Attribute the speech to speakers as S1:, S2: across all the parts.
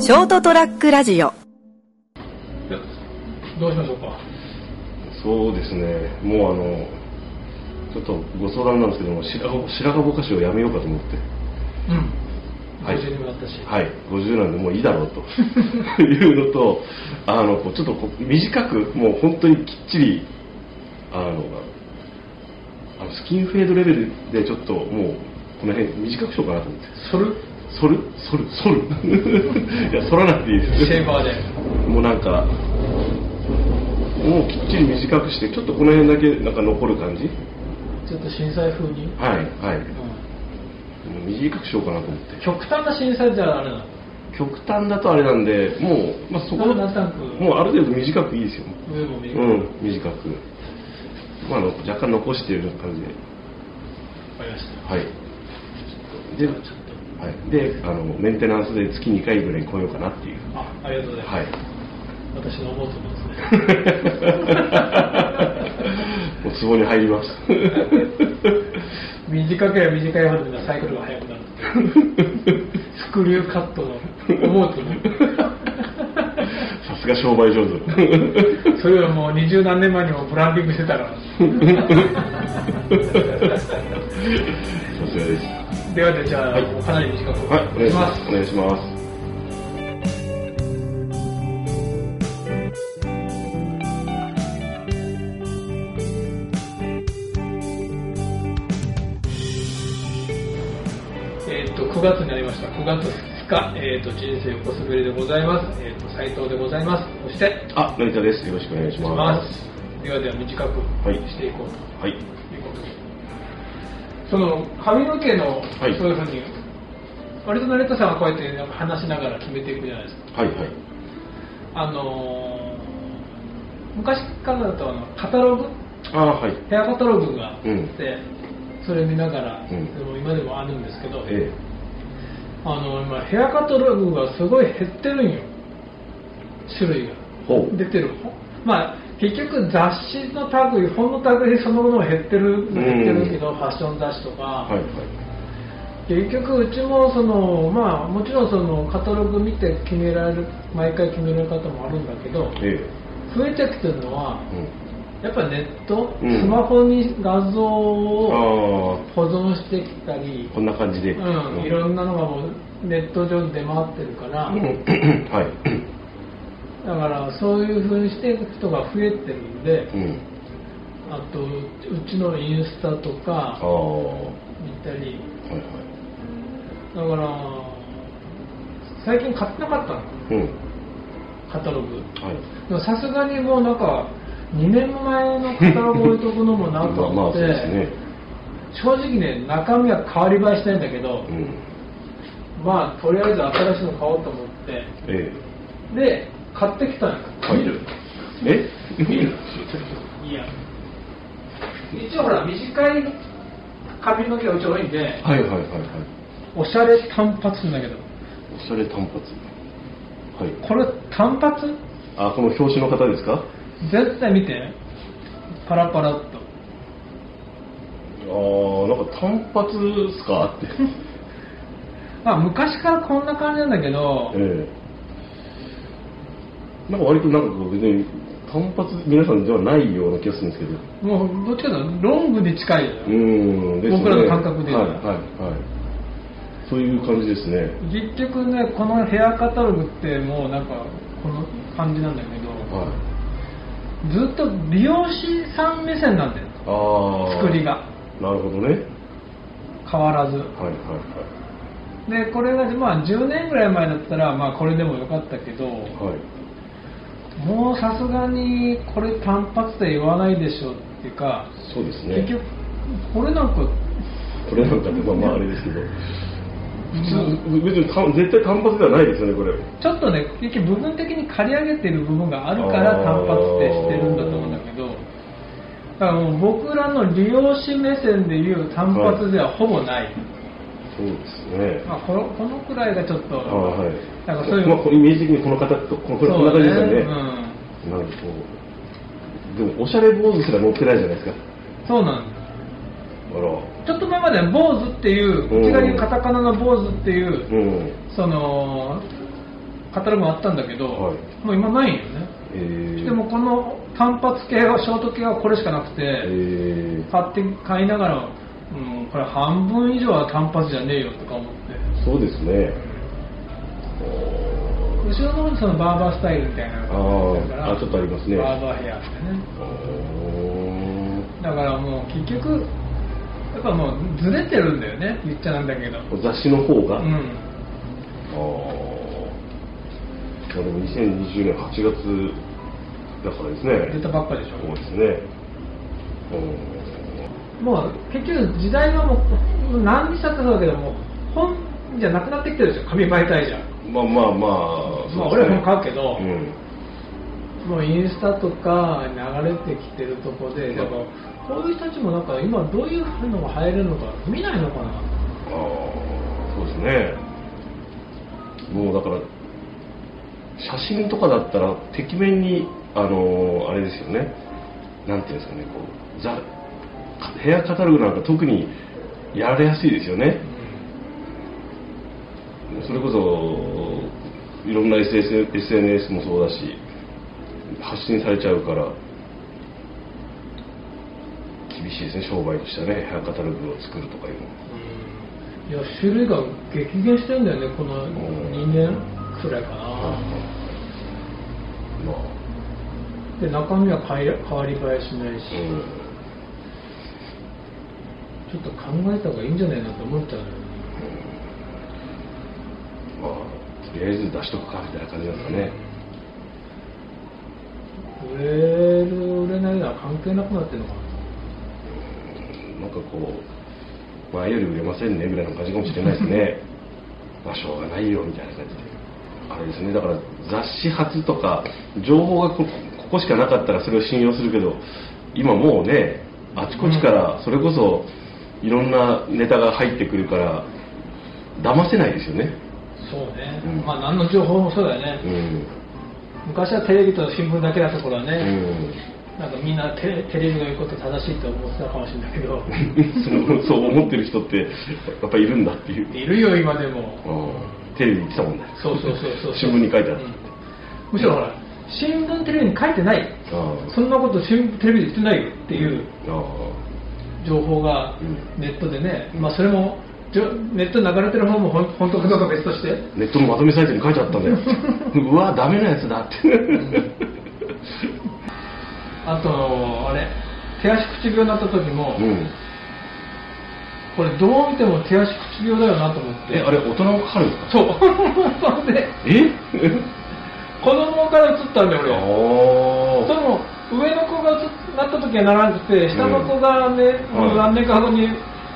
S1: ショートトラックラジオ
S2: いや
S3: どうしましょうか。
S2: そうですねもうあのちょっとご相談なんですけども白髪白髪ぼかしをやめようかと思って
S3: うん。
S2: はい
S3: 50にもなったし。
S2: はい50なんでもういいだろうと いうのとあのこうちょっとこう短くもう本当にきっちりあのあのスキンフェードレベルでちょっともうこの辺短くしようかなと思って
S3: そる
S2: 剃る剃る剃る いや剃らなくていいです
S3: シェーバーで。
S2: もうなんかもうきっちり短くしてちょっとこの辺だけなんか残る感じ
S3: ちょっと震災風に。
S2: はいはい、
S3: うん
S2: もう短くしようかなと思って
S3: 極端な震災じゃあれなの。
S2: 極端だとあれなんでもう、まあ、そこ
S3: なんとなく
S2: もうある程度短くいいですよ
S3: 上も見る。
S2: う
S3: わ
S2: ん短く、まあ、あの若干残してるような感じで
S3: かりました。
S2: はいで
S3: じゃあちょっと。
S2: はい、であのメンテナンスで月2回ぐらい来ようかなっていう
S3: あ、ありがとうございます。
S2: はい
S3: 私の思うと思ですね。
S2: もうツボに入り ます
S3: 短ければ短いほどみんなサイクルが速くなるっていう。スクリューカットの思うと思
S2: さすが商売上手
S3: それはもう二十何年前にもブランディングしてたから。
S2: さすがです
S3: ではでじゃあ、
S2: はい
S3: かなり短く
S2: はいお願
S3: し
S2: いし
S3: ま
S2: ますすお。願いします
S3: えっと9月になりました9月2日、えっと人生横滑りでございます、えっと斉藤でございますそして
S2: あ、成田です。よろしくお願いし
S3: し
S2: ま。
S3: ますすではでは短く
S2: はい
S3: していこう
S2: はい。
S3: ということで、その髪の毛の、
S2: はい
S3: そういうふうに割と成田さんはこうやってなんか話しながら決めていくじゃないですか
S2: はいはい。
S3: あのー昔からだとあのカタログ
S2: あー、はい。
S3: ヘアカタログがあって、
S2: うん
S3: それ見ながら、
S2: うん
S3: でも今でもあるんですけど、
S2: え
S3: あの今ヘアカトログがすごい減ってるんよ種類が
S2: え。ほう。
S3: 出てるまあ結局雑誌の類本の類そのものも減ってる減ってるけど、ファッション雑誌とか、
S2: はいはい。
S3: 結局うちもそのまあもちろんそのカタログ見て決められる毎回決める方もあるんだけど
S2: え
S3: 増えてきてるのは
S2: え。うん。
S3: やっぱネット、
S2: うん
S3: スマホに画像を
S2: あ
S3: 保存してきたり
S2: あ、、こんな感じで。
S3: うん、いろんなのがもうネット上に出回ってるから、
S2: うんはい。
S3: だからそういう風にしていく人が増えてるんで
S2: うん。
S3: あとうちのインスタと
S2: あ
S3: か
S2: あ。は
S3: 見たり
S2: いは
S3: だから最近買ってなかったの
S2: い。うん。
S3: カタログ
S2: はい。
S3: でもさすがにもうなんか2年前のカタログ置いとくのもなと
S2: まあま
S3: 思
S2: あ、
S3: っ
S2: そ
S3: て、
S2: うですね。
S3: 正直ね中身は変わり映えしないんだけど
S2: う、ん。
S3: まあとりあえず新しいの買おうと思って
S2: え
S3: で買ってきたのよ
S2: え。はい。え
S3: 見るいや一応ほら短い髪の毛がうち多いんで
S2: はいはいはいはい。
S3: おしゃれ短髪なんだけど
S2: おしゃれ短髪。はい。
S3: これ短髪
S2: あ、この表紙の方ですか
S3: 絶対見てパラパラっと
S2: ああ、なんか短髪っすか って。
S3: まあ昔からこんな感じなんだけど
S2: ええなんか割となんかこう別に単発皆さんではないような気がするんですけど
S3: もうどっちかというとロングに近いよ
S2: うーんですね
S3: 僕らの感覚で
S2: は
S3: はい
S2: はいはいそういう感じですね
S3: 結局ねこのヘアカタログってもうなんかこの感じなんだけど
S2: はい
S3: ずっと美容師さん目線なんだよ
S2: ああ
S3: 作りが
S2: なるほどね
S3: 変わらず
S2: はいはいは
S3: でこれが、まあ、10年ぐらい前だったら、まあ、これでもよかったけど
S2: いはい
S3: もうさすがにこれ単発で言わないでしょっていうか、
S2: そうですね
S3: 結局これなんか
S2: これなんかねまあまああれですけど普通別に単絶対単発ではないですよねこれ
S3: ちょっとね結局部分的に刈り上げてる部分があるから
S2: あー
S3: 単発でしてるんだと思うんだけどだからもう僕らの利用師目線で言う単発ではほぼない、
S2: そうですね
S3: まあ、このこのくらいがちょっと、
S2: あーはい
S3: なんかそういう
S2: まあこれイメージ的にこの形とこのこれこんな
S3: そう
S2: 感じ
S3: ね
S2: ですよね
S3: うん、
S2: なんかこう、でもおしゃれ坊主すら乗ってないじゃないですか。
S3: そうなんです
S2: あら、
S3: ちょっと前までは坊主っていう、
S2: うん
S3: うちが言うカタカナの坊主っていう、
S2: うん。
S3: その、カタログがあったんだけど、
S2: はい
S3: もう今ないんよね、
S2: えー、
S3: でもこの単発系はショート系はこれしかなくて、
S2: えー
S3: 買って買いながら、うん、これ半分以上は単発じゃねえよとか思って
S2: そうですね
S3: 後ろの方にそのバーバースタイルみたいなのがってるから
S2: あーあちょっとありますね
S3: バーバーヘアってね
S2: おー
S3: だからもう結局やっぱもうずれてるんだよね言っちゃなんだけど
S2: お雑誌の方が、
S3: う
S2: あ
S3: ん
S2: ーまあでも2020年8月だからですね
S3: 出たばっかでし
S2: そう
S3: ょ
S2: ですねお
S3: もう結局時代はもう何にしたってそうだけどもう本じゃなくなってきてるでしょ紙媒体じゃ
S2: ーまあまあまあ
S3: まあ
S2: そうですね
S3: 俺らも買うけど
S2: うん
S3: もうインスタとか流れてきてるとこで、だからこういう人たちもなんか今どういうのが流行るのか見ないのかな。
S2: ああそうですねもうだから写真とかだったらてきめんにあのーあれですよねなんていうんですかねこうザヘアカタログなんか特にやられやすいですよねそれこそいろんな SS SNS もそうだし発信されちゃうから厳しいですね商売としてはねヘアカタログを作るとかいうの
S3: いや種類が激減してるんだよねこの
S2: ん
S3: 2年くらいか
S2: は
S3: な。
S2: いまあ
S3: で中身は変え変わり映えしないし、ち
S2: う
S3: ょっと考えた方がいいんじゃないなと思っちゃうよね。
S2: んまあ、とりあえず出しとくかみたいな感じなんですかね。
S3: 売れる売れないのは関係なくなってるのかな。
S2: なんかこう、前より売れませんねぐらいの感じかもしれないですね。まあ、しょうがないよみたいな感じで。あれですね、だから雑誌発とか、情報がこここしかなかったらそれを信用するけど、今もうね、あちこちから、それこそいろんなネタが入ってくるから、騙せないですよね。
S3: そうね、
S2: うん
S3: まあ何の情報もそうだよね。
S2: うん。
S3: 昔はテレビと新聞だけだった頃は
S2: う
S3: ね、
S2: ん
S3: なんかみんなテレテレビの言うこと正しいと思ってたかもしれないけど
S2: そうそう思ってる人ってやっぱいるんだっていう、
S3: いるよ今でも
S2: うん、テレビに来たもんね
S3: そうそうそうそう
S2: 新聞に書いて
S3: う
S2: ある、
S3: んむしろほら新聞テレビに書いてない
S2: ああ
S3: そんなこと新聞テレビで言ってないよっていう
S2: ああ
S3: 情報が
S2: うん
S3: ネットでね、まあそれもじょネットに流れてる方もほん本当かどうか別として
S2: ネットのまとめサイトに書いてあったん だようわダメなやつだって
S3: あとあれ手足口病になった時も、
S2: うん
S3: これどう見ても手足口病だよなと思って
S2: えあれ大人もかかるんですか
S3: そうそれで
S2: え
S3: 子供から移ったんだよ俺はで
S2: あ
S3: も上の子がなった時はならなくて下の子がね、
S2: うん
S3: もう何年か後に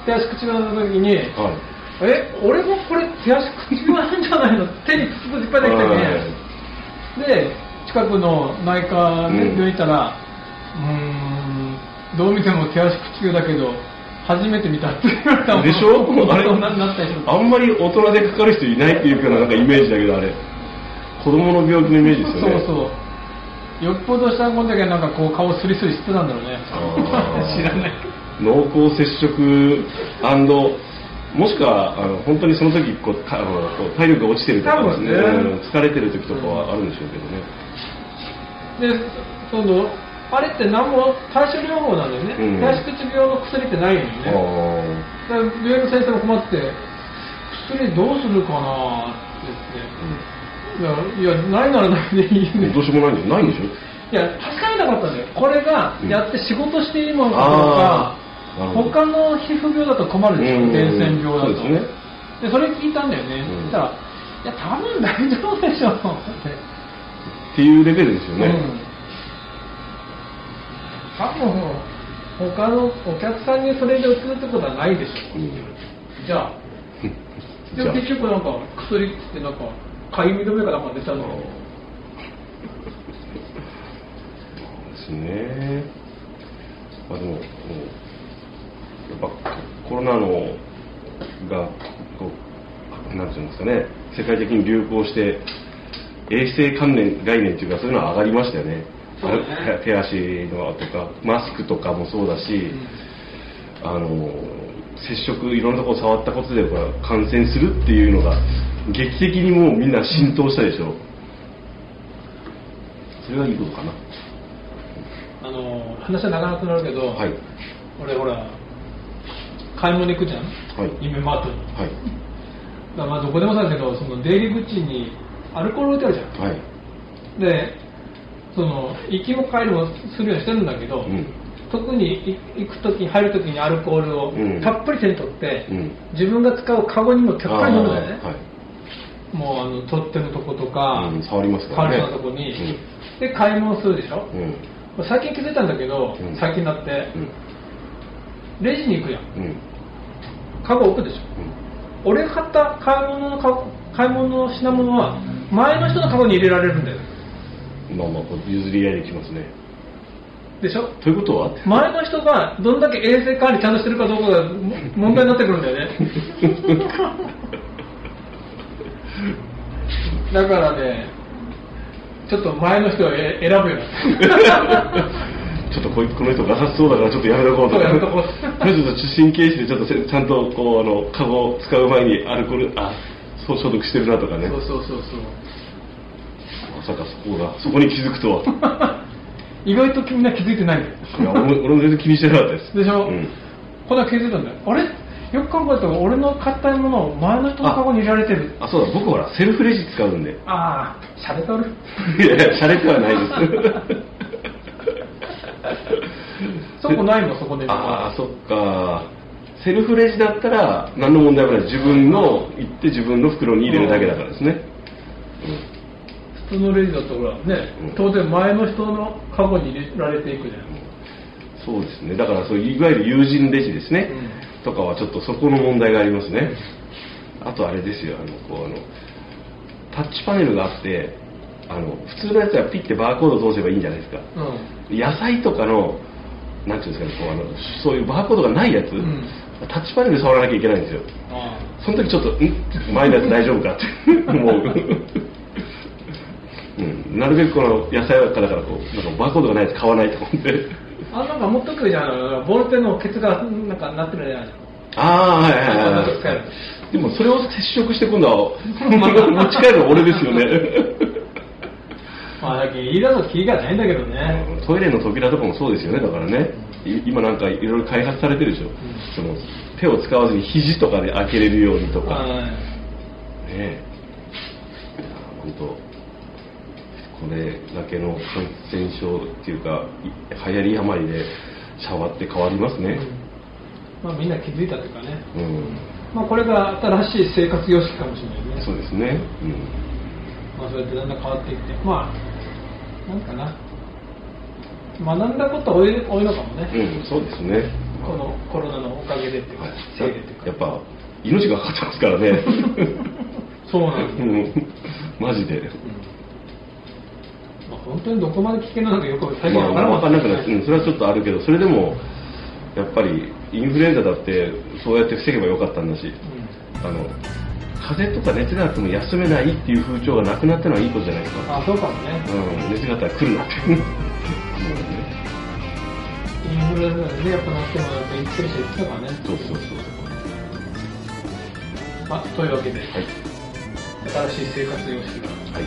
S3: 手足口病になった時に、
S2: あはい
S3: え俺もこれ手足口病なんじゃないの手に口いっぱいできてねで近くの内科で病院行ったらうーんどう見ても手足口病だけど初めて見たって言われたもん
S2: でしょあ
S3: 大
S2: れ
S3: 人になったりする
S2: あんまり大人でかかる人いないっていうかなんかイメージだけどあれ子供の病気のイメージですよ
S3: そ
S2: ね
S3: うそうよっぽど下の子だけなんかこう顔スリスリしてたんだろうね 知らないけど
S2: 濃厚接触もしくはあの本当にその時こうかあのこう体力が落ちてるとか
S3: 多、分ね
S2: うん疲れてる時とかはあるんでしょうけどね、
S3: でそのあれって何も対処療法なんだよね、
S2: うん
S3: 手足口病の薬ってないのよねだから病院の先生も困って薬どうするかなって言っていやいやないならないでいい
S2: うん
S3: ね
S2: どうしようもないんでないんでしょ
S3: いや確かめたかったんだよこれがやって仕事していいものかどう
S2: あ
S3: か、
S2: ーなるほど
S3: 他の皮膚病だと困るでしょ
S2: うん
S3: 伝染病だと
S2: そうですね
S3: でそれ聞いたんだよね、
S2: うん
S3: そしたら「いや多分大丈夫でしょ」って。
S2: っていうレベルですよね、
S3: うん、多分他のお客さんにそれで移るってことはないでしょじゃあで
S2: じゃ
S3: も
S2: あ
S3: 結局なんか薬っつってなんかかゆみ止めかなんか出たのよ
S2: そうですね。まあでも、こうやっぱコロナのが、こう、なんていうんですかね、世界的に流行して、衛生関連概念というか、そういうのは上がりましたよね。
S3: そうね
S2: あ手足のとか、マスクとかもそうだし、あの、接触、いろんなところ触ったことでこれ感染するっていうのが、劇的にもうみんな浸透したでしょ。それはいいことかな
S3: あの話は長くなるけど、
S2: はい
S3: 俺ほら買い物行くじゃん、
S2: はい
S3: 夢マートに
S2: はい
S3: だからまあどこでもそうだけどその出入り口にアルコール置いてあるじゃん
S2: はい
S3: でその行きも帰りもするようにしてるんだけど、
S2: うん
S3: 特にい行く時に入る時にアルコールを
S2: うん
S3: たっぷり手に取って、
S2: うん
S3: 自分が使うカゴにもたっぷり飲むんだよね、
S2: あーはい
S3: もうあの取っ手のとことか、
S2: うん触りますか
S3: カ
S2: らね
S3: ルのとこに、で買い物するでしょ
S2: う、ん
S3: 最近気づいたんだけど、
S2: うん
S3: 最近になって
S2: うん
S3: レジに行くやん
S2: うんうん
S3: カゴ置くでしょ俺が買った買い物のカゴ買い物の品物は前の人のカゴに入れられるんだよ
S2: うんまあまあこう譲り合いできますね
S3: でしょ
S2: ということは
S3: 前の人がどんだけ衛生管理ちゃんとしてるかどうかがも問題になってくるんだよねだからねちょっと前の人をえ選ぶよ
S2: ちょっとこいつこの人がさそうだからちょっとやめとこうと
S3: そう
S2: か
S3: やめとこう
S2: ちょっと神経質でちょっとせちゃんとこうあのカゴを使う前 にアルコールあそう消毒してるなとかね
S3: そうそうそうそう
S2: まさかそこがそこに気づくとは
S3: 意外とみんな気づいてないんだよ
S2: いや俺も俺も全然気にしてなかったです
S3: でしょ
S2: うん
S3: こんな気づいたんだよあれよく考えたら俺の買ったものを前の人のカゴに入れられてる
S2: あそうだ僕ほらセルフレジ使うんで
S3: ああしゃべとる
S2: いやいやしゃれてはない です
S3: そこないのそこで
S2: ああそっかセルフレジだったら何の問題もない自分の行って自分の袋に入れるだけだからですね、
S3: 普通のレジだったらね、
S2: うん
S3: 当然前の人のカゴに入れられていくじゃん、
S2: そうですねだからそういわゆる友人レジですね、とかはちょっとそこの問題がありますねあとあれですよあのこうあのタッチパネルがあってあの普通のやつはピッてバーコードを通せばいいんじゃないですか
S3: うん
S2: 野菜とかのなんていうんですかねこうあのそういうバーコードがないやつ、
S3: ん
S2: タッチパネル触らなきゃいけないんですよ
S3: あ
S2: その時ちょっと、ん前のやつ大丈夫かって 思う。うん、なるべくこの野菜ばっかだからこうなんかバーコードがないやつ買わないと思って
S3: あなんか持っとくじゃんボールペンのケツがなんかなってるじゃん
S2: ああはいはいはい
S3: バーコード使える
S2: でもそれを接触して今度は持ち帰るの俺ですよね
S3: まあだけど言い出す気がないんだけどね、
S2: トイレの扉とかもそうですよねだからねい今なんかいろいろ開発されてるでしょ、その手を使わずに肘とかで開けれるようにとか、
S3: はい
S2: ねえ、いや本当、これだけの感染症っていうか、い流行り病で、シャワーって変わりますね。
S3: まあみんな気づいたというかね、
S2: うん、
S3: まあ、これが新しい生活様式かもしれないね
S2: そうですね。うん、
S3: まあ、そうやってだんだん変わっていってまあなんかな学んだことは多い多いのかもね、
S2: うん、そうですね。
S3: このコロナのおかげでっていうか、
S2: はい
S3: せいでっていうか
S2: やっぱ、命がかかってますからね。
S3: そうなん
S2: う
S3: だよ、
S2: ん、マジで。
S3: まあ、本当にどこまで危険なのかよく最初
S2: まあ、
S3: わから
S2: 分かんなくな
S3: っ
S2: ってて、うん、それはちょっとあるけど、それでも、やっぱり、インフルエンザだって、そうやって防げばよかったんだし。あの風邪とか熱があっても休めないっていう風潮がなくなったのはいいことじゃないですか、
S3: あそうかもね
S2: うん、熱があったら来るなってそうだね
S3: インフルエンザでねやっぱなってもやっぱ生きてる人生きてたからね、
S2: そうそうそう
S3: まあ、というわけで
S2: はい
S3: 新しい生活様式が
S2: はい、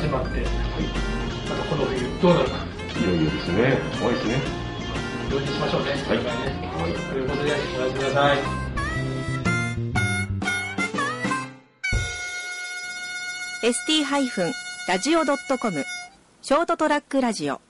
S3: 始まって
S2: は
S3: またこの冬どうなるか
S2: い、いよいよですね怖いですね
S3: 用事しましょうね、
S2: はい
S3: 今回ね
S2: はい
S3: ということでおやすみなさい
S1: ー ST-radio.com ショートトラックラジオ